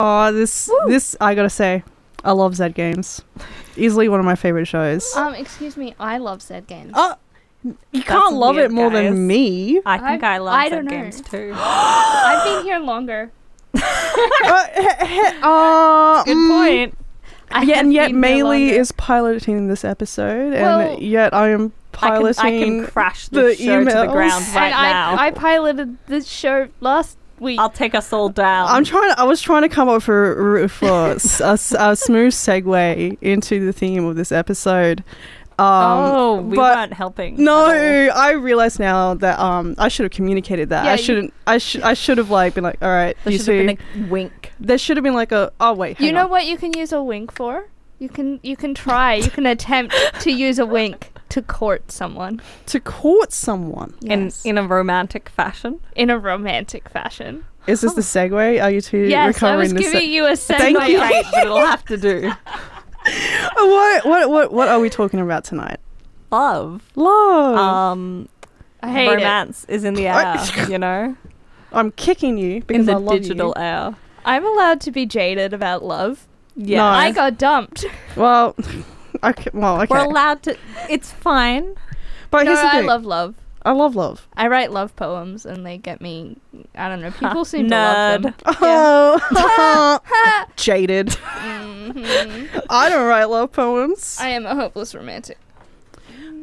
Oh, this this I gotta say, I love Zed Games. Easily one of my favorite shows. Um, excuse me, I love Z Games. Oh, you That's can't love weird, it more guys. than me. I think I- I, love I Sad don't know. Games too. I've been here longer. Uh, Good mm, point. I Yet and have yet, been Maylee here longer. is piloting this episode, Well- and yet I am I can, piloting. I can crash the the show to the emails. ground right and now. I, I piloted this show last week. will take us all down. I'm trying. I was trying to come up for for s- a, s- a smooth segue into the theme of this episode. Um, oh, we but- weren't helping. No, at I realize now that um I should have communicated that. Yeah, I you- shouldn't. I should. I should have like been like, all right, all. There you should two. have been a wink. there should have been like a. Oh wait, you hang know on. what you can use a wink for? You can you can try. You can attempt to use a wink to court someone to court someone. Yes. In, in a romantic fashion. in a romantic fashion. Is this the segue? Are you two Oh. Yes, I recovering was the giving you a segue. Thank you. Great, but it'll have to do. se- what, what what what are we talking about tonight? Love. Love. Uh, Um, I hate it. romance is in the air, you know? I'm kicking you because In I the love digital air. I'm allowed to be jaded about love. Yeah. No. I got dumped. you. Well, okay. Well, okay. We're allowed to. It's fine. but no, Oh, here's the I thing. love love. I love love. I write love poems and they get me. I don't know. Ha, People seem to love them. Oh, jaded. I don't write love poems. Mm-hmm. I am a hopeless romantic.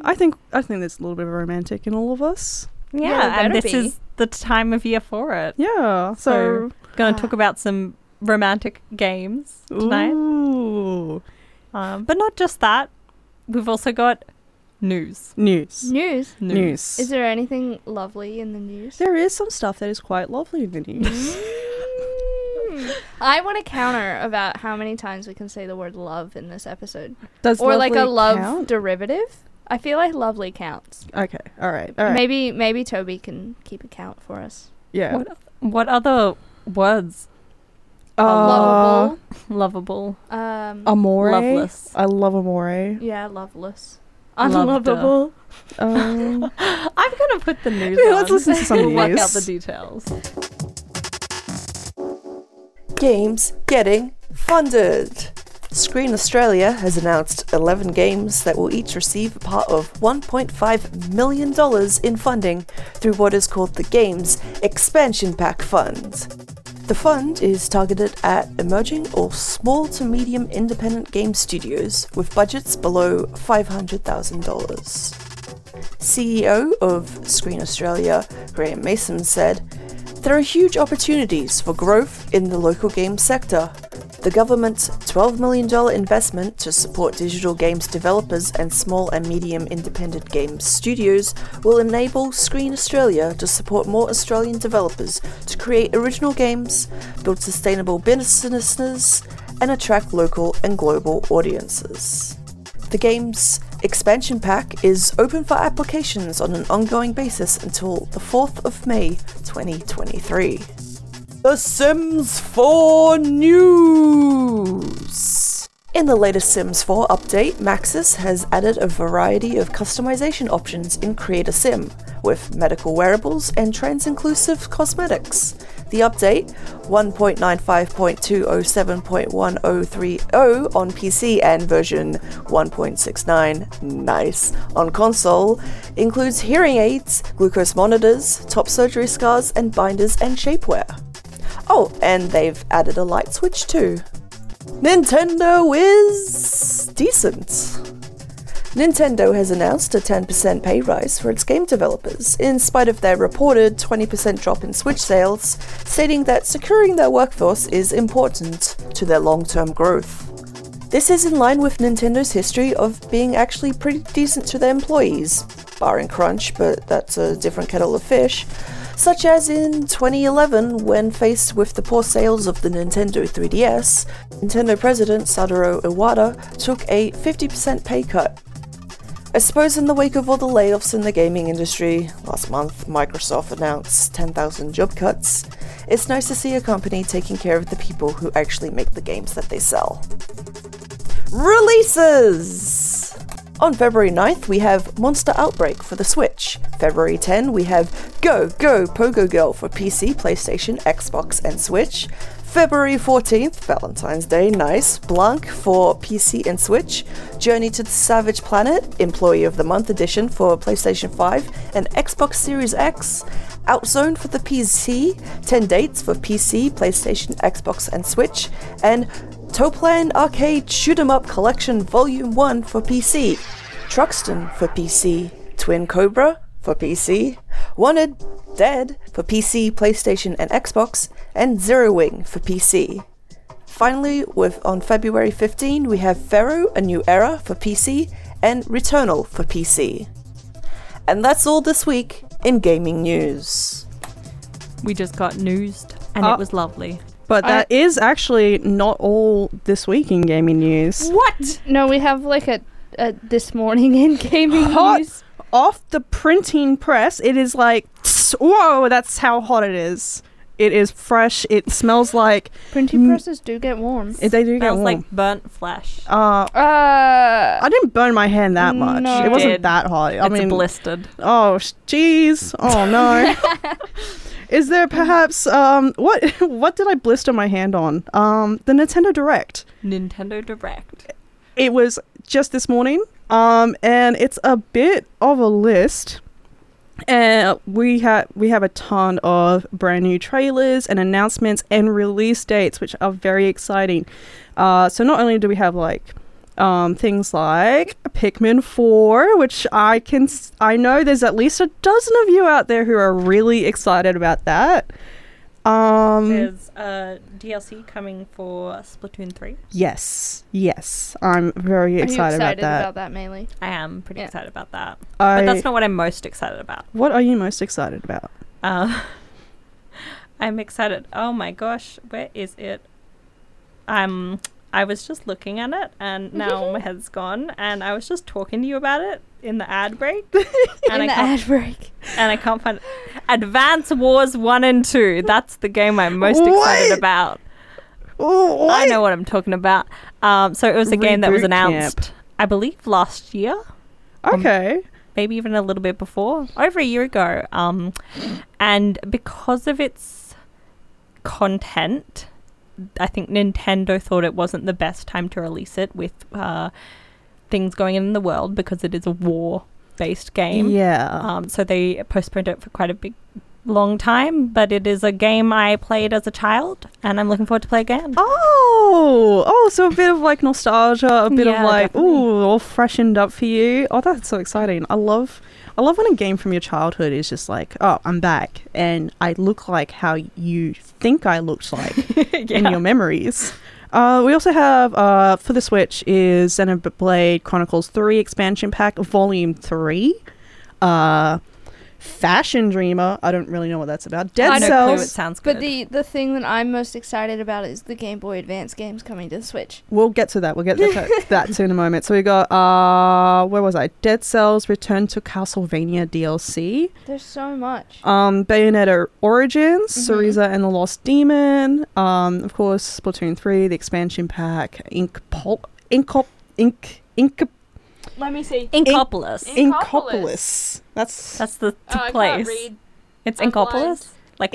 I think I think there's a little bit of romantic in all of us. Yeah, Yeah, there and better this is the time of year for it. Yeah. So, Going to talk about some romantic games tonight, ooh, um, but not just that. We've also got news. news. News. News. News. Is there anything lovely in the news? there is some stuff that is quite lovely in the news. Hmm. I want to counter about how many times we can say the word love in this episode, Does or like a lovely love count? derivative. I feel like lovely counts. Okay. All right. All right. Maybe maybe Toby can keep a count for us. yeah. What, what other words? Uh, Lovable. Lovable, Um, Amore. loveless. I love amore. yeah, loveless. Loved her. Unlovable. Um, I'm gonna put the news. yeah, let's on. listen to some We'll work out the news. details. Games getting funded. Screen Australia has announced 11 games that will each receive a part of $1.5 million in funding through what is called the Games Expansion Pack Fund. The fund is targeted at emerging or small to medium independent game studios with budgets below $500,000. CEO E of Screen Australia, Graham Mason, said, There are huge opportunities for growth in the local game sector. The government's $12 million investment to support digital games developers and small and medium independent game studios will enable Screen Australia to support more Australian developers to create original games, build sustainable businesses, and attract local and global audiences. The game's expansion pack is open for applications on an ongoing basis until the 4th of May 2023. The Sims 4 News! In the latest Sims 4 update, Maxis has added a variety of customization options in Create a Sim, with medical wearables and trans inclusive cosmetics. The update 1.95.207.1030 on PC and version 1.69 nice on console includes hearing aids, glucose monitors, top surgery scars and binders and shapewear. Oh, and they've added a light switch too. Nintendo is decent. Nintendo has announced a 10% pay rise for its game developers, in spite of their reported 20% drop in Switch sales, stating that securing their workforce is important to their long term growth. This is in line with Nintendo's history of being actually pretty decent to their employees, barring crunch, but that's a different kettle of fish. such as in 2011 when faced with the poor sales of the Nintendo 3DS, Nintendo president Satoru Iwata took a 50% pay cut. I suppose in the wake of all the layoffs in the gaming industry, last month Microsoft announced 10,000 job cuts. It's nice to see a company taking care of the people who actually make the games that they sell. Releases! On February 9th, we have Monster Outbreak for the Switch. February 10, we have Go Go Pogo Girl for PC, PlayStation, Xbox, and Switch. February 14th, Valentine's Day, nice. Blanc for PC and Switch. Journey to the Savage Planet, Employee of the Month edition for PlayStation 5 and Xbox Series X. Outzone for the PC, 10 dates for PC, PlayStation, Xbox, and Switch. And Toplan Arcade Shoot 'em Up Collection Volume 1 for PC, Truxton for PC, Twin Cobra for PC, Wanted Dead for PC, PlayStation, and Xbox, and Zero Wing for PC. Finally, with on February 15, we have Pharaoh: A New Era for PC and Returnal for PC. And that's all this week in gaming news. We just got newsed and Oh. it was lovely. But I- that is actually not all this week in gaming news. What? No, we have like a, a this morning in gaming Hot. news. Off the printing press, it is like, whoa, that's how hot it is. It is fresh. It smells like Printing Mm. presses do get warm. they do get Smells warm. like burnt flesh. uh, Uh, I didn't burn my hand that much. No. it wasn't Did. that hot. I it's mean, blistered. Oh, sh- jeez. Oh no. Is there perhaps um what what did I blister my hand on? Um the Nintendo Direct. Nintendo Direct. It was just this morning. Um and it's a bit of a list. And we have we have a ton of brand new trailers and announcements and release dates which are very exciting. Uh so not only do we have like um, things like Pikmin 4, which I can s- I know there's at least a dozen of you out there who are really excited about that. Um, There's uh, DLC coming for Splatoon 3. Yes, yes, I'm very are you excited, about that. mainly? I am pretty Yeah. excited about that. I, But that's not what I'm most excited about. what are you most excited about? Uh, I'm excited. Oh my gosh, where is it? Um, I was just looking at it, and now my head's gone. And I was just talking to you about it in the ad break, and I In the can't, ad break. and I can't find it. Advance Wars One and Two. That's the game I'm most What? excited about. Oh, I know what I'm talking about. Um, so it was a game that was Reboot camp. announced, I believe, last year Um, Okay. maybe even a little bit before, over a year ago. Um, and because of its content, I think Nintendo thought it wasn't the best time to release it with uh, things going on in the world because it is a war based game. Yeah. Um, so they postponed it for quite a big, long time. But it is a game I played as a child, and I'm looking forward to play again. Oh, oh, so a bit of like nostalgia, a bit Yeah, of like, definitely. ooh, all freshened up for you. Oh, that's so exciting. I love, I love when a game from your childhood is just like, oh, I'm back and I look like how you think I looked like in your memories. Uh, we also have uh, for the Switch is Xenoblade Chronicles 3 expansion pack, volume 3. Uh, Fashion Dreamer. I don't really know what that's about. I Dead know no clue. It Cells. sounds good. But the the thing that I'm most excited about is the Game Boy Advance games coming to the Switch. We'll get to that. We'll get to that to in a moment. So we got uh where was I? Dead Cells Return to Castlevania DLC. There's so much. Um Bayonetta Origins, Mhm. Syriza and the Lost Demon, um of course Splatoon 3, the expansion pack, Ink Pulp Inkop Ink Ink Let me see. Inkopolis. Inkopolis. That's That's the, the place. It's Inkopolis, like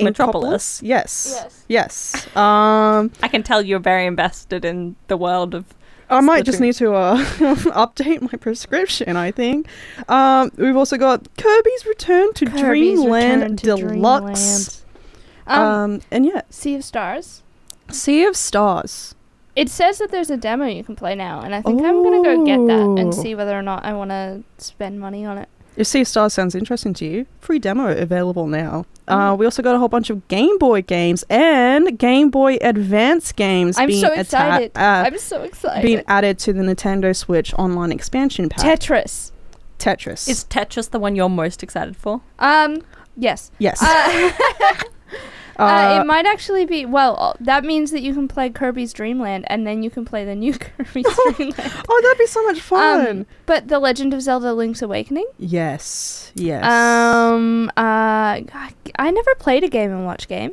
Inkopolis? Metropolis. Yes. Yes. Um I can tell you're very invested in the world of. I might just Splatoon. need to uh, update my prescription, I think. Um, we've also got Kirby's Return to Dreamland Deluxe. Um, Um, and yeah, Sea of Stars. Sea of Stars. It says that there's a demo you can play now, and I think I'm gonna go get that and Ooh. see whether or not I want to spend money on it. If Sea of Stars sounds interesting to you, free demo available now. Uh, Mm. we also got a whole bunch of Game Boy games and Game Boy Advance games I'm being, so atta- excited. uh, I'm so excited. being added to the Nintendo Switch online expansion pack. Tetris. Tetris. Is Tetris the one you're most excited for? Um, Yes. Yes. Uh, uh, Uh, it might actually be. Well, uh, that means that you can play Kirby's Dream Land and then you can play the new Kirby's Dream Land. oh, that'd be so much fun. Um, but The Legend of Zelda: Link's Awakening. yes. Yes. Um. Uh. I, I never played a Game and Watch game.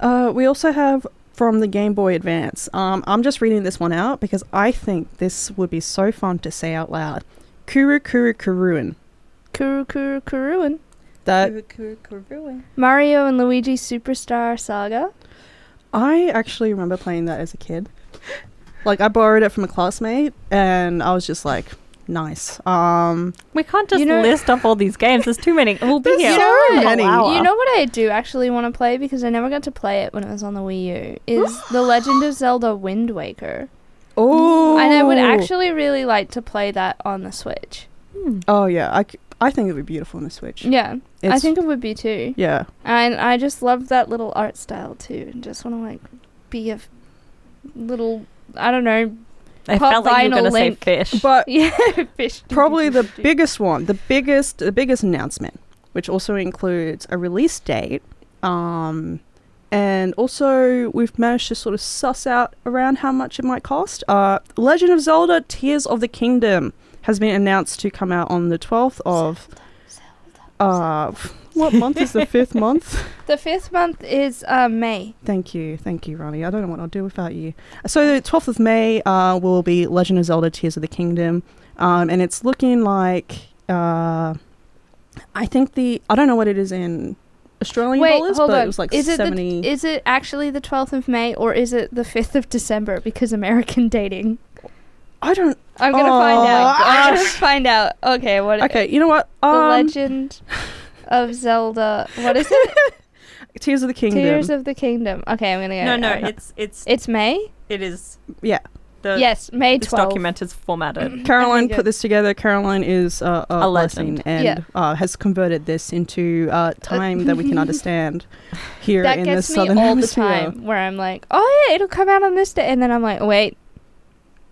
Uh, we also have from the Game Boy Advance. Um, I'm just reading this one out because I think this would be so fun to say out loud. Kuru Kuru Kuruin. Kuru Kuru Kuruin. That Mario and Luigi Superstar Saga. I actually remember playing that as a kid. Like I borrowed it from a classmate, and I was just like, "Nice." Um, We can't just You know- list off all these games. There's too many. We'll be There's here. so for a many. while. You know what I do actually want to play because I never got to play it when it was on the Wii U is The Legend of Zelda Wind Waker. oh, And I would actually really like to play that on the Switch. Hmm. Oh yeah, I, c- I think it would be beautiful on the Switch. Yeah, I It's- think it would be too. Yeah. And I just love that little art style too and just want to like be a f- little I don't know, I Pop felt like you were vinyl going to say link. fish. But yeah, fish. probably the biggest one, the biggest, the biggest announcement, which also includes a release date, um, and also we've managed to sort of suss out around how much it might cost. Uh, Legend of Zelda: Tears of the Kingdom has been announced to come out on the twelfth of. Uh, what month is the fifth month? The fifth month is uh, May. Thank you, thank you, Ronnie. I don't know what I'll do without you. So the twelfth of May uh, will be Legend of Zelda: Tears of the Kingdom, um, and it's looking like uh, I think the I don't know what it is in Australian Wait, dollars, hold but on. it was like is it seventy. The, is it actually the 12th of May or is it the 5th of December because American dating? I don't. I'm going to Oh, find out. I'm going gosh. to find out. Okay, what Okay, you know what? The Um, Legend of Zelda. What is it? Tears of the Kingdom. Tears of the Kingdom. Okay, I'm going to go. no, no, uh, it's it's it's May? it is Yeah. the yes, May this 12th. document is formatted. Caroline Okay, put good. this together. Caroline is uh, a, A blessing legend. and Yeah. uh, has converted this into uh, time that we can understand here That in the gets me southern all the hemisphere. time where I'm like, oh, yeah, it'll come out on this day. And then I'm like, wait.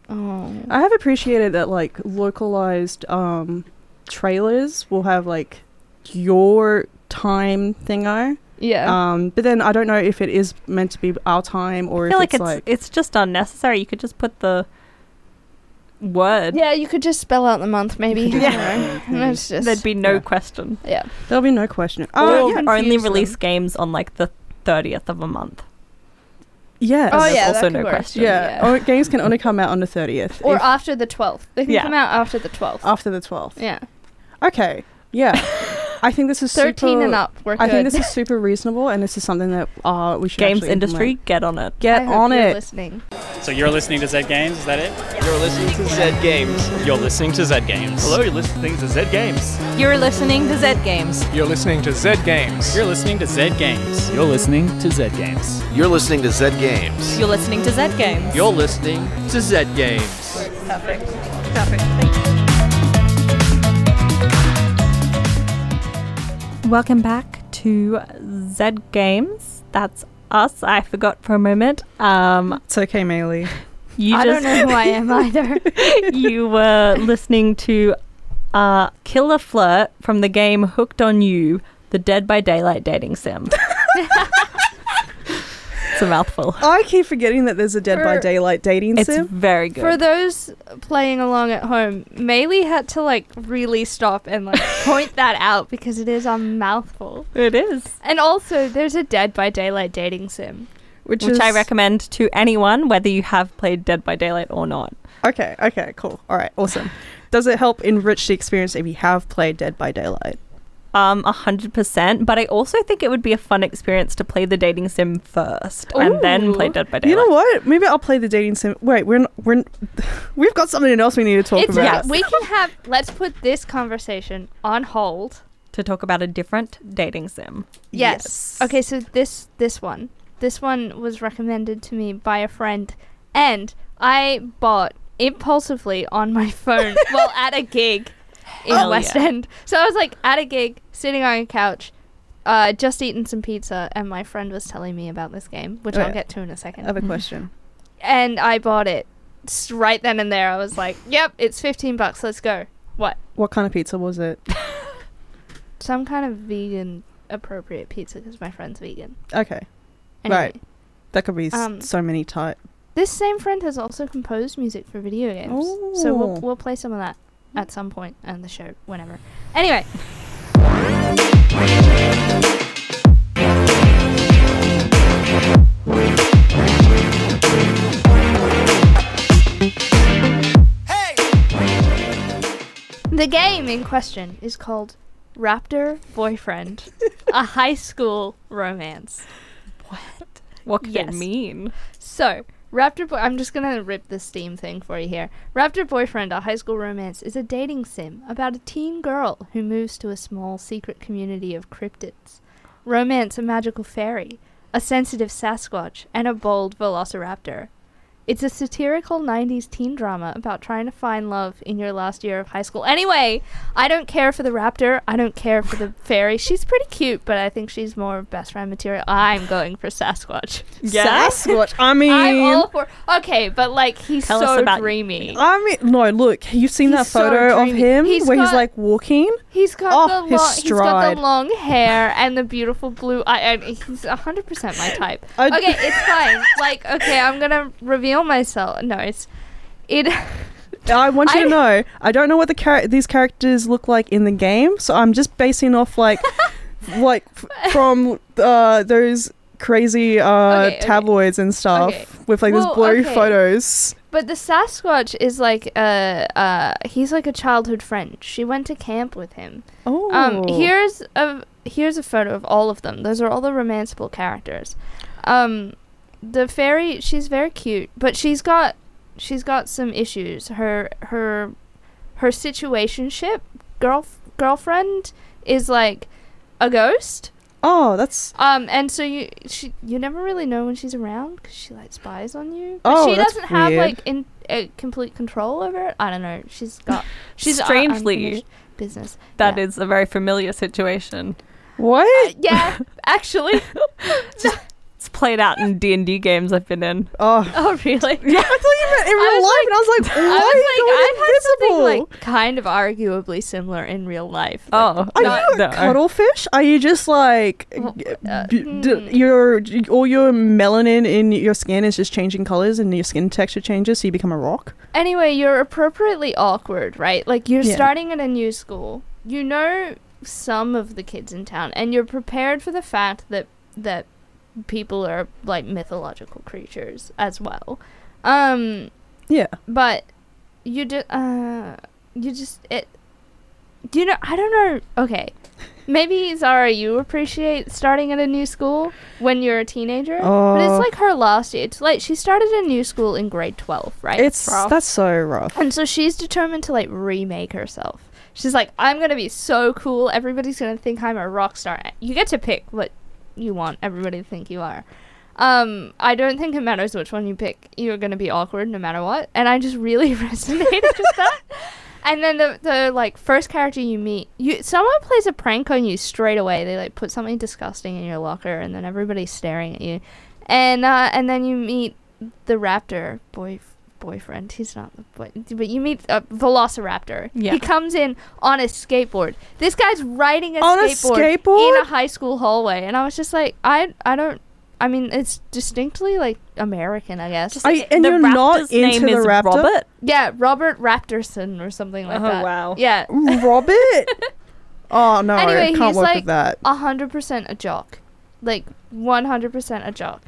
Oh. Uh, I have appreciated that like localized um trailers will have like your time thingo. yeah. Um but then I don't know if it is meant to be our time or I if feel like it's, it's like it's just unnecessary. You could just put the word. yeah, you could just spell out the month, maybe. could I just don't know. maybe. That's just- There'd be no yeah. question. yeah. there'll be no question. Or Oh yeah. only confuse them. release games on like the thirtieth of a month. Yes. Oh there's yeah, also that no could work. question. yeah. Oh, games can only come out on the thirtieth. Or after the twelfth. They can Yeah. come out after the twelfth. after the twelfth. yeah, Okay. Yeah. I think this is thirteen super, and up. We're I good. think this is super reasonable and this is something that uh we should Games actually industry, implement. get on it. Get I hope on you're it. Listening. So you're listening to Zed Games, is that it? You're listening to Zed Games. You're listening to Zed Games. Hello, you're listening to Zed Games. You're listening to Zed Games. You're listening to Zed Games. You're listening to Zed Games. You're listening to Zed Games. You're listening to Zed Games. You're listening to Zed Games. You're listening to Zed Games. Welcome back to Zed Games. That's us. I forgot for a moment. Um, It's okay, Maylee. you I just don't know who I am either. you were listening to uh, Killer Flirt from the game Hooked on You, the Dead by Daylight dating sim. it's a mouthful. I keep forgetting that there's a Dead by For- Daylight dating It's sim. very good. For those playing along at home, Maylee had to like really stop and like point that out because it is a mouthful. it is. And also, there's a Dead by Daylight dating sim. Which, Which is, I recommend to anyone, whether you have played Dead by Daylight or not. Okay, okay, cool. All right, awesome. Does it help enrich the experience if you have played Dead by Daylight? Um, 100%. But I also think it would be a fun experience to play the dating sim first and then play Ooh. Dead by Daylight. You know what? Maybe I'll play the dating sim. Wait, we're not, we're n- we've got something else we need to talk It's about. we can have. Let's put this conversation on hold. To talk about a different dating sim. Yes. Okay, so this this one. This one was recommended to me by a friend and I bought impulsively on my phone while at a gig in Hell West yeah. End. So I was like at a gig, sitting on a couch, uh, just eating some pizza, and my friend was telling me about this game, which I'll Right. get to in a I second. have a question. and I bought it s- right then and there. I was like, "Yep, it's fifteen bucks. Let's go." What? What kind of pizza was it? Some kind of vegan appropriate pizza because my friend's vegan. Okay. Anyway. Right. That could be s Um, so many types. This same friend has also composed music for video games. So we'll, Ooh. we'll play some of that at some point on the show, whenever. Anyway. The game in question is called Raptor Boyfriend, a high school romance. What could Yes. it mean? So, Raptor Boy, I'm just gonna rip the Steam thing for you here. Raptor Boyfriend, a high school romance, is a dating sim about a teen girl who moves to a small secret community of cryptids. Romance a magical fairy, a sensitive Sasquatch, and a bold velociraptor. It's a satirical 90s teen drama about trying to find love in your last year of high school. Anyway, I don't care for the raptor. I don't care for the fairy. She's pretty cute, but I think she's more best friend material. I'm going for Sasquatch. Sasquatch. I mean, I'm all for. Okay, but like he's Tell us so about- dreamy. I mean, no. Look, you've seen He's that so photo of dreamy. him He's where he's got- like walking. He's got Oh, the his long, he's got stride. the long hair and the beautiful blue eye, and he's hundred percent my type. I- okay, it's fine. Like, okay, I'm gonna reveal myself. No, it's it. I want you I- to know, I don't know what the char- these characters look like in the game, so I'm just basing off like, like f- from uh, those crazy uh, Okay, okay. tabloids and stuff Okay. with like these Well, blurry okay. photos. But the Sasquatch is like a uh, he's like a childhood friend. She went to camp with him. Oh, Um, here's a here's a photo of all of them. Those are all the romanceable characters. Um, the fairy, she's very cute, but she's got she's got some issues. Her her her situationship girl girlfriend is like a ghost. Oh, that's Um, and so you she you never really know when she's around because she like spies on you. Oh, she that's doesn't have weird. like in uh, complete control over it. I don't know. She's got she's un- Strangely, unfinished business. That is Yeah. a very familiar situation. what? yeah, actually. It's played out in D and D games I've been in. oh, Oh, really? I thought you meant in I real was life, and I was like, I why was are you like, I've had something going invisible? like kind of arguably similar in real life. Like, Oh, are no, you a no. cuttlefish? Are you just like Well, b- uh, d- hmm. your all your melanin in your skin is just changing colors and your skin texture changes, so you become a rock? Anyway, you're appropriately awkward, right? Like you're Yeah. starting at a new school. You know some of the kids in town, and you're prepared for the fact that that people are like mythological creatures as well. Um, Yeah. but you just uh, you just it. Do you know? I don't know. Okay, maybe Zara, you appreciate starting at a new school when you're a teenager, but Oh. it's like her last year. It's like she started a new school in grade twelve, right? Oh, It's that's so rough. And so she's determined to like remake herself. She's like, I'm gonna be so cool. Everybody's gonna think I'm a rock star. You get to pick what you want everybody to think you are. Um, I don't think it matters which one you pick. You're gonna be awkward no matter what. And I just really resonated with that. And then the the like first character you meet, you someone plays a prank on you straight away. They like put something disgusting in your locker, and then everybody's staring at you. And uh, and then you meet the raptor boy boyfriend. He's not the boy, but you meet a velociraptor. Yeah. He comes in on a skateboard. This guy's riding a, On a skateboard, in skateboard? a high school hallway, and I was just like, I I don't. I mean, it's distinctly like American, I guess. Are you- and The you're not raptor's into name the is raptor, Robert? yeah, Robert Raptorson or something like Oh, that. wow. Yeah. Robert. oh no, Anyway, can't he's work like with that. a hundred percent a jock, like one hundred percent a jock.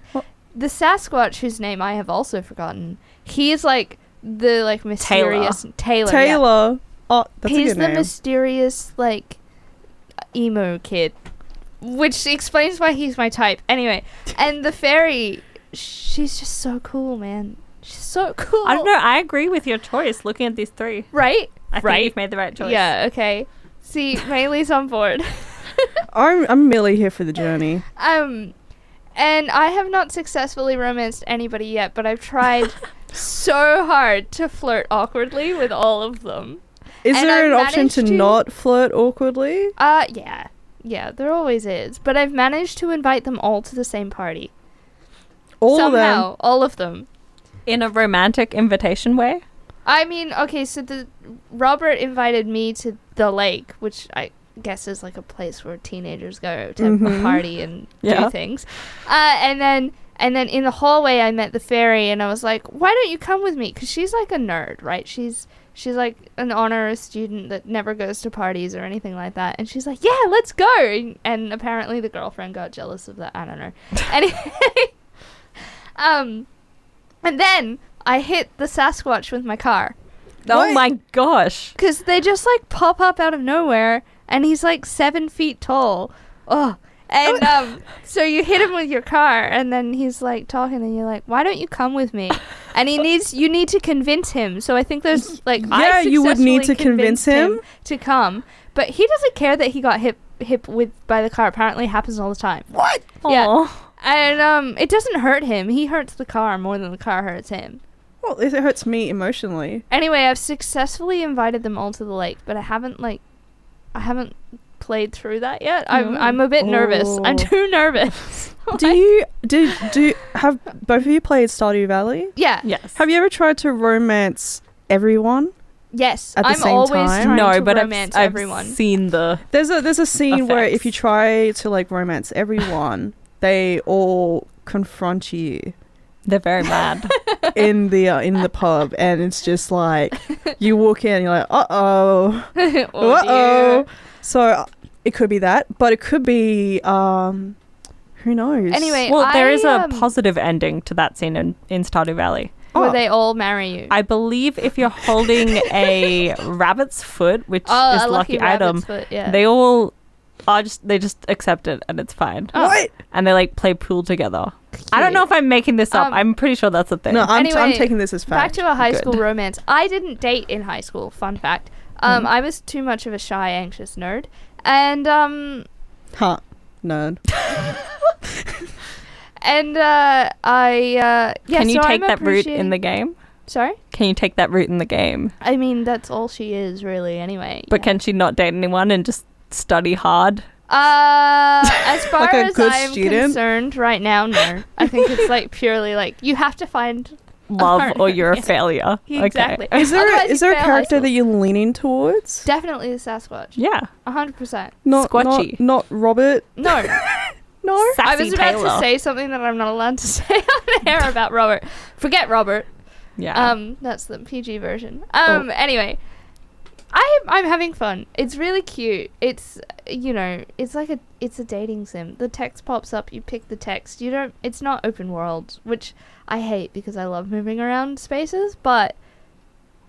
The Sasquatch, whose name I have also forgotten, he is like the like mysterious Taylor. yeah. Taylor. Oh, that's He's a good the name. mysterious like emo kid, which explains why he's my type. Anyway, and the fairy, she's just so cool, man. She's so cool. I don't know. I agree with your choice. Looking at these three, right? I Right. think you've made the right choice. Yeah. Okay. See, Maylee's on board. I'm I'm merely here for the journey. Um, and I have not successfully romanced anybody yet, but I've tried so hard to flirt awkwardly with all of them. Is And there I've an option managed to, to- not flirt awkwardly? Uh, yeah. Yeah, there always is. But I've managed to invite them all to the same party. All of them. Somehow, all of them. in a romantic invitation way. I mean, okay, so the Robert invited me to the lake, which I guess is like a place where teenagers go to Mhm. party and Yeah. do things. Uh, and then and then in the hallway, I met the fairy, and I was like, "Why don't you come with me?" Because she's like a nerd, right? She's she's like an honor student that never goes to parties or anything like that. And she's like, "Yeah, let's go." And, and apparently, the girlfriend got jealous of that. I don't know. anyway, um, and then I hit the Sasquatch with my car. Oh my gosh. Because they just like pop up out of nowhere, and he's like seven feet tall. Oh, and um, so you hit him with your car, and then he's like talking, and you're like, "Why don't you come with me?" And he needs you need to convince him. So I think there's like I Yeah, you would need successfully to convince convinced him. to come, but he doesn't care that he got hit hit with by the car. Apparently, it happens all the time. What? Yeah. Aw. And um, it doesn't hurt him. He hurts the car more than the car hurts him. Well, it hurts me emotionally. Anyway, I've successfully invited them all to the lake, but I haven't like, I haven't played through that yet. I'm Mm. I'm a bit nervous. Oh. I'm too nervous. Do you do do have both of you played Stardew Valley? yeah. Yes. Have you ever tried to romance everyone? Yes. At the I'm same always time? trying No, to but I've, romance I've everyone. seen the. There's a there's a scene where if Effects. you try to like romance everyone, they all confront you They're very mad. in the uh, in the pub, and it's just like you walk in, and you're like, uh oh, Oh, uh oh. dear. So uh, it could be that, but it could be um, who knows? Anyway, well, there is I, a um, positive ending to that scene in, in Stardew Valley. Where Oh. they all marry you. I believe if you're holding a rabbit's foot, which oh, is a lucky, lucky item, rabbit's foot, yeah. they all are just they just accept it and it's fine. Oh. What? And they like play pool together. I don't know if I'm making this up. Um, I'm pretty sure that's a thing. No, I'm, I'm Anyway, taking this as fact. Back to a high Good. school romance. I didn't date in high school. Fun fact. Hmm. Um, I was too much of a shy, anxious nerd, and um, huh? Nerd. and uh, I uh, yeah. Can you so take I'm that route in appreciating- the game? Sorry. Can you take that route in the game? I mean, that's all she is really, anyway. But can she not date anyone and just study hard? uh, as far Like a as good I'm student? concerned, right now, no. I think it's like purely like you have to find Love or you're a Yeah. failure. Okay. exactly. Is there a, Otherwise is you there a fail high character school. that you're leaning towards? definitely the Sasquatch? Yeah. A hundred percent. Not Squatchy. Not, not Robert. No, No. I Sassy was about Taylor. to say something that I'm not allowed to say on air about Robert. Forget Robert. Yeah. Oh. Um, that's the PG version. Um, anyway, I I'm having fun. It's really cute. It's you know, it's like a it's a dating sim. The text pops up. You pick the text. You don't. It's not open world, which I hate because I love moving around spaces. But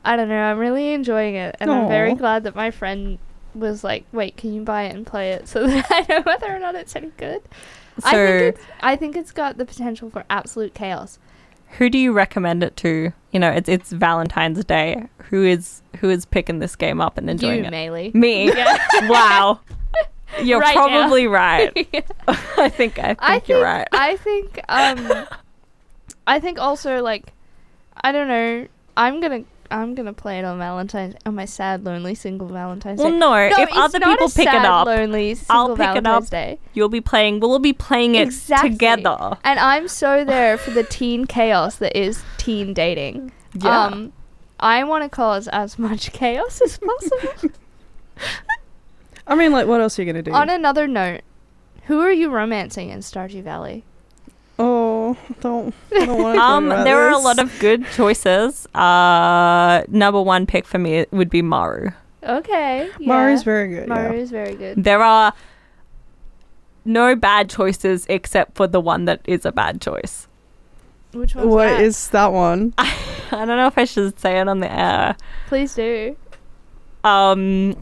I don't know. I'm really enjoying it, and I'm very Aw. glad that my friend was like, "Wait, can you buy it and play it?" So that I know whether or not it's any good. I So- think it's, I think it's got the potential for absolute chaos. who do you recommend it to? You know, it's it's Valentine's Day. Who is who is picking this game up and enjoying you, it? Maylee. Me. wow. You're Right now. probably right. I think I think you're right. I think um I think also like I don't know. I'm gonna I'm gonna play it on Valentine's on my sad, lonely single Valentine's well, Day. no. if it's other not people a pick it sad, up, lonely single I'll pick it Valentine's up. Day. you'll be playing. We'll be playing it Exactly. together. And I'm so there for the teen chaos that is teen dating. Yeah. Um I want to cause as much chaos as possible. I mean, like, what else are you gonna do? on another note, who are you romancing in Stardew Valley? oh, don't. I don't want to Um, there are a lot of good choices. Uh, number one pick for me would be Maru. Okay. Mario's yeah. very good. Maru yeah. is very good. There are no bad choices except for the one that is a bad choice. Which one's What that? is that one? I don't know if I should say it on the air. Please do. Um,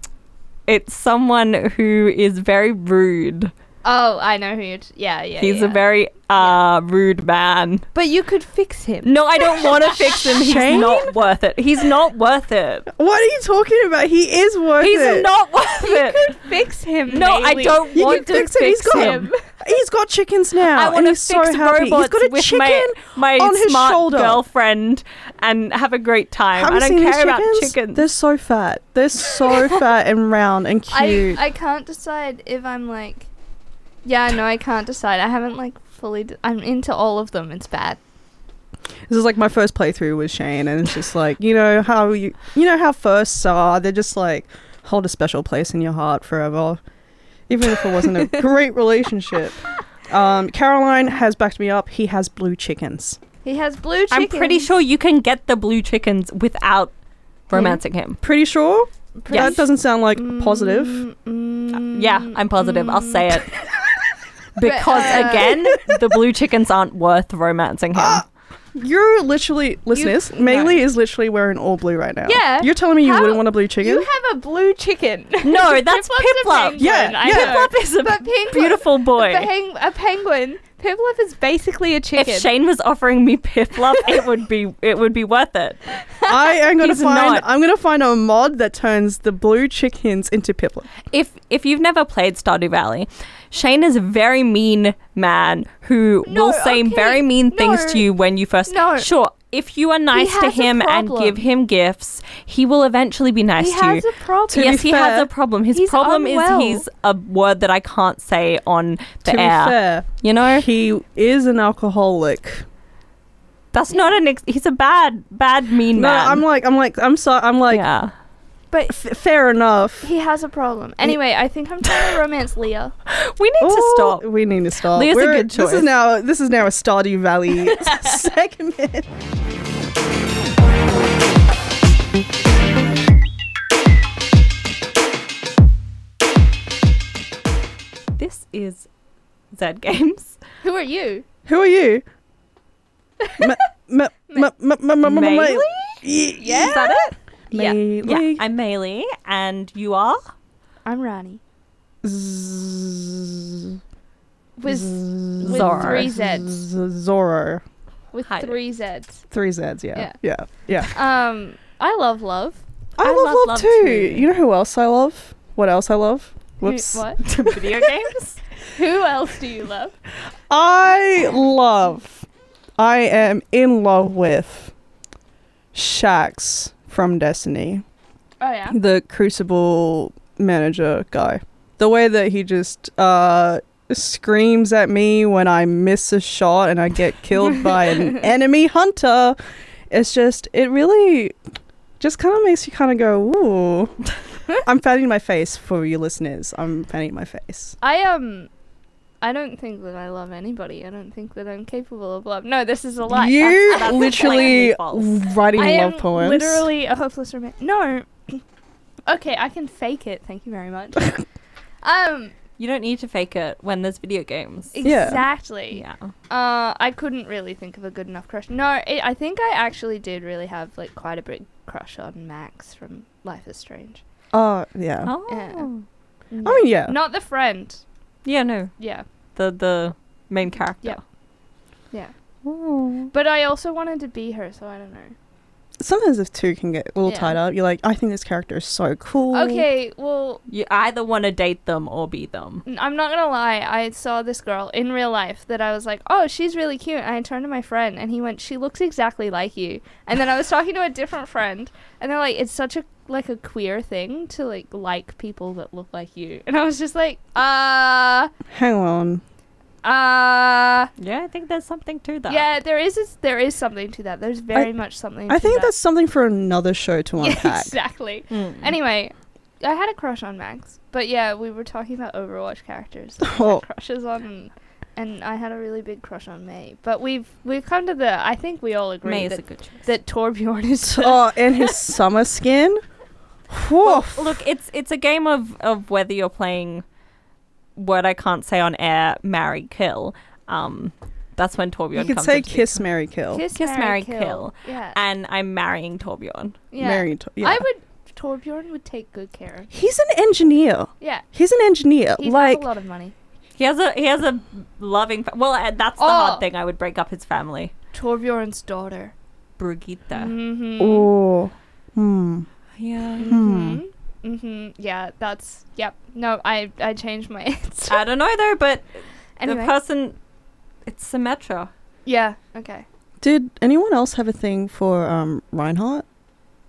it's someone who is very rude. Oh, I know who you're. T- yeah, yeah. He's a yeah. very uh rude man. But you could fix him. No, I don't want to fix him. He's Shane? not worth it. He's not worth it. What are you talking about? He is worth He's it. not worth it. Fix him. No, I Bailey. don't You want can to fix it. He's fix got him. He's got chickens now. I and want to he's fix so happy. robots He's got a with chicken. my, my on his smart shoulder. girlfriend and have a great time. Have I you don't seen care these about chickens? chickens. They're so fat. They're so fat and round and I, cute. I can't decide if I'm like. Yeah, no, I can't decide. I haven't like fully. De- I'm into all of them. It's bad. this is like my first playthrough with Shane, and it's just like you know how you you know how firsts are. They're just like, hold a special place in your heart forever, even if it wasn't a great relationship. Um, Caroline has backed me up. He has blue chickens. He has blue chickens. I'm pretty sure you can get the blue chickens without Hmm? romancing him. Pretty sure? Yes. Mm. That doesn't sound like Mm, positive. Yeah, Hmm. I'm positive. I'll say it. Because uh, again, the blue chickens aren't worth romancing him. You're literally, listeners, no. Maylee is literally wearing all blue right now. Yeah. You're telling me you How- wouldn't want a blue chicken? You have a blue chicken. No, that's Piplup's a Piplup. penguin, Yeah, I yeah. know. Piplup is a But Piplup- beautiful boy. A, peng- a penguin. Piplup is basically a chicken. If Shane was offering me Piplup, it would be it would be worth it. I am gonna He's find. not. I'm gonna find a mod that turns the blue chickens into Piplup. If if you've never played Stardew Valley, Shane is a very mean man who No, will say okay, very mean things no, to you when you first. no. Sure, if you are nice to has a him and problem. give him gifts, he will eventually be nice he to has you. a problem. yes, he has a problem. His he's problem unwell. is he's a word that I can't say on the to air. be fair, You know, he is an alcoholic. that's not an. Ex- he's a bad, bad mean No, man. I'm like, I'm like, I'm sorry. I'm like, yeah. But f- fair enough. he has a problem. Anyway, I think I'm trying to romance Leah. We need Oh, to stop. We need to stop. Leah's a We're- good This is choice. now. This is now a Stardew Valley segment. This is Zed Games. Who are you? Who are you? Ma- ma- ma- ma- ma- ma- ma- ma- Maylee? Y- Is that it? Yeah. Maylee. Yeah, I'm Maylee, and you are. I'm Rani. Z- With, with Zara. three Zs. Z- Zorro. With Hi. three Zs. Three Zs, yeah. Yeah. Yeah. Um, I love love. I, I love, love love love too. too. You know who else I love? What else I love? Who- Whoops. what? Video games. Who else do you love? I love, I am in love with Shax from Destiny, Oh yeah. the Crucible manager guy. The way that he just uh, screams at me when I miss a shot and I get killed by an enemy hunter. It's just, it really just kind of makes you kind of go, ooh. I'm fanning my face for you listeners. I'm fanning my face. I um, I don't think that I love anybody. I don't think that I'm capable of love. No, this is a lie. you that's literally plainly writing I love am poems. literally a hopeless romantic. No. okay, I can fake it. Thank you very much. um, You don't need to fake it when there's video games. Yeah. exactly. Yeah. Uh, I couldn't really think of a good enough crush. No, it, I think I actually did really have like quite a big crush on Max from Life is Strange. Oh Um, yeah. Oh. Yeah. I mean yeah. Not the friend. No. Yeah. The the main character. Oh. Yeah. But I also wanted to be her, so I don't know. Sometimes the two can get a little Yeah. tied up. You're like, I think this character is so cool. Okay, well, You either want to date them or be them. n- I'm not gonna lie. I saw this girl in real life that I was like, oh, she's really cute. And I turned to my friend and he went, she looks exactly like you. And then I was talking to a different friend and they're like, it's such a like a queer thing to like like people that look like you. And I was just like, uh, Hang on. uh, Yeah, I think there's something to that. yeah. There is a, there is something to that. There's very much something. I to think that. that's something for another show to unpack. Yeah, exactly. Hmm. Anyway, I had a crush on Max, but yeah, we were talking about Overwatch characters that I had Oh. crushes on, and, and I had a really big crush on May. But we've we've come to the I think we all agree May is a that, good choice. that Torbjorn is the- Oh, and his summer skin. Well, Woof. look, it's it's a game of of whether you're playing word I can't say on air, marry, kill. Um, that's when Torbjorn you could comes say into the kiss, marry, kill. kiss, Kiss, marry, marry, kill. kill. Yeah, and I'm marrying Torbjorn. yeah. Marry. To- Uh, yeah. I would Torbjorn would take good care. of He's an engineer. Yeah, He's an engineer. he'd like have a lot of money. He has a he has a loving. Fa- well, uh, that's the Oh. hard thing. I would break up his family. Torbjorn's daughter. Brigitte. Mm-hmm. oh. Hmm. Yeah. hmm hmm Yeah, that's yep. No, I I changed my answer. I don't know though, but anyway, the person, it's Symmetra. yeah. Okay. Did anyone else have a thing for um Reinhardt?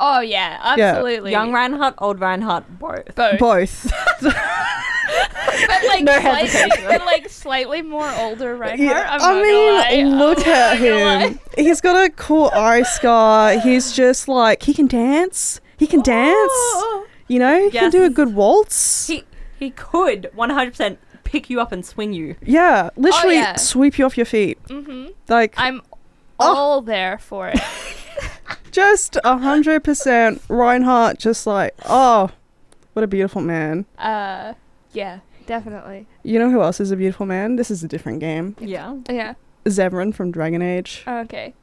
Oh yeah, Yeah. absolutely. Young Reinhardt, old Reinhardt, both. both, Both. but like No slightly, hesitation. but, like slightly more older Reinhardt. Yeah, I'm not mean, gonna lie. look I'm at not gonna him. He's got a cool eye scar. He's just like he can dance. He can lie. dance. Oh, You know, he can Yes. do a good waltz. He he could 100% pick you up and swing you. yeah, literally Oh, yeah. sweep you off your feet. Mm-hmm. Like I'm Oh. all there for it. just a hundred percent Reinhardt. Just like oh, what a beautiful man. Uh, yeah, definitely. You know who else is a beautiful man? This is a different game. Yeah. Yeah. Zevran from Dragon Age. Okay.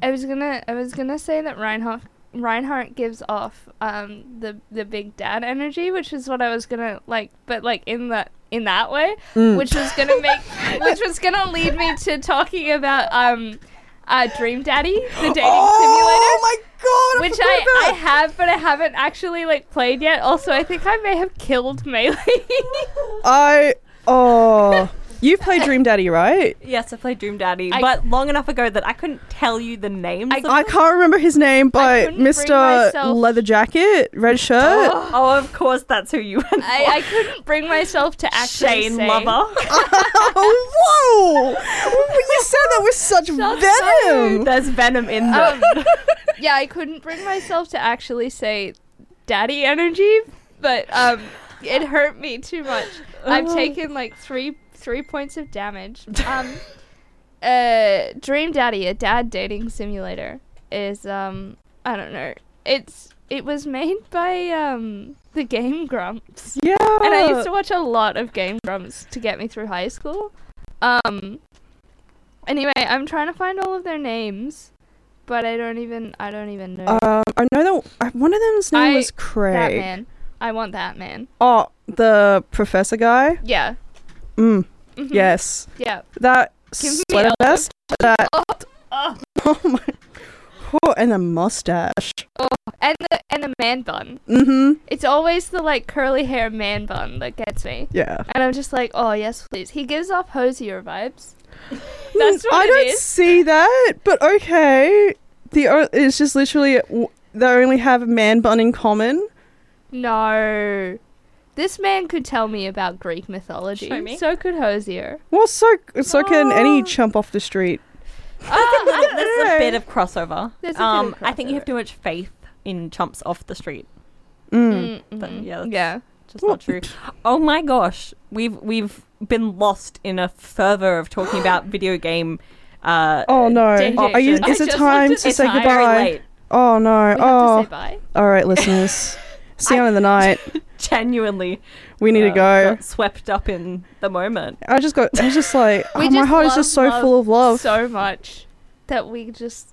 I was gonna I was gonna say that Reinhardt Reinhardt gives off um the the big dad energy, which is what I was gonna like but like in that in that way. Mm. Which was gonna make which was gonna lead me to talking about um uh, Dream Daddy, the dating Oh simulator. my god! I Uh, which forgot I, I about- have but I haven't actually like played yet. Also I think I may have killed Melee. I oh, you play Dream Daddy, right? Yes, I played Doom Daddy, I- but long enough ago that I couldn't tell you the names. of I can't remember his name, but couldn't bring Mr. myself- Leather Jacket, red shirt. Oh, of course, that's who you went I, I couldn't bring myself to for. actually Shane say- Lover. oh, whoa! You said that with such venom. There's venom in them. Um, yeah, I couldn't bring myself to actually say daddy energy, but um, it hurt me too much. I've taken like three three points of damage. Um, uh, Dream Daddy, a dad dating simulator, is um, I don't know. It's it was made by um the Game Grumps, Yeah. and I used to watch a lot of Game Grumps to get me through high school. Um. Anyway, I'm trying to find all of their names, but I don't even I don't even know. Um, I know that I- one of them's name I- was Craig. That man. I want that man. Oh, the professor guy. Yeah. Mm, Mhm. Yes, Yeah. that Give me sweater all vest. That Oh, oh. oh my, oh, and the mustache. oh. And the and the man bun. Mm-hmm. It's always the like curly hair man bun that gets me. Yeah. And I'm just like, oh yes, please. He gives off hosier vibes. That's Mm, what I it don't is. see that, but okay. The o- it's just literally w- they only have a man bun in common. No. This man could tell me about Greek mythology. Show me. So could Hosier. Well, so so can Ah. any Oh. chump off the street. I think that there's a bit of crossover. There's a bit um, of I think you have crossover. too much faith in chumps off the street. Mm. But Mhm. yeah, that's Yeah. just not true. Oh my gosh, we've we've been lost in a fervor of talking about video game. Uh, Oh no! Dang Oh, are you, Jason. is I it just time looked at to the say time. Very goodbye? late. Oh no! We oh, have to say bye. all right, listeners. See you on in the night. Genuinely, We need to uh, go. got swept up in the moment. I just got. I was just like, oh, We my just heart is love just so full of love. So much that we just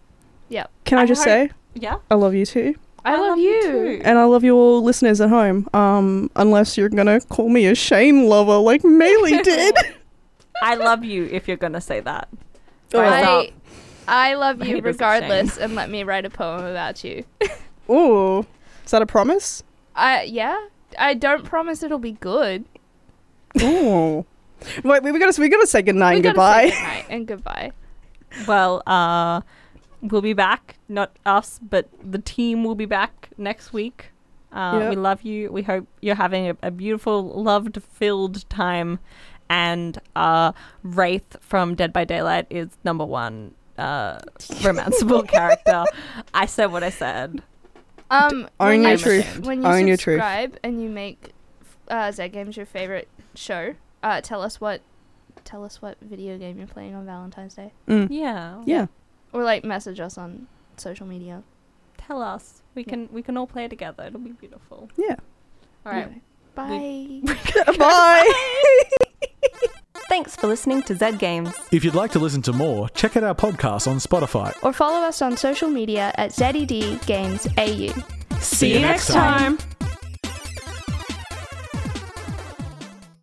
Can I, I just hope- say, Yeah, I love you too, I, love, you. and I love you all, listeners at home. Um, unless you're gonna call me a Shane lover like Melee did. I love you. If you're gonna say that, Rise up. Oh, I, I love you Haters of regardless, and let me write a poem about you. Ooh, is that a promise? I yeah. I don't promise it'll be good. Ooh. Wait, we, we gotta we gotta say goodnight and We gotta goodbye. say goodnight and goodbye. Well, uh, we'll be back. Not us, but the team will be back next week. Uh, Yep. We love you. We hope you're having a, a beautiful, loved filled time. And uh, Wraith from Dead by Daylight is number one uh, romanceable character. I said what I said. Um, Own when your you- truth. When you Own your truth. subscribe and you make uh, Z Games your favorite show, uh, tell us what tell us what video game you're playing on Valentine's Day, Mm. Yeah. Yeah. or like message us on social media. Tell us. We can we can all play together. It'll be beautiful. Yeah. All right. Anyway, Bye. Bye. Thanks for listening to Zed Games. If you'd like to listen to more, check out our podcast on Spotify. or follow us on social media at ZED E Games AU. See you next time.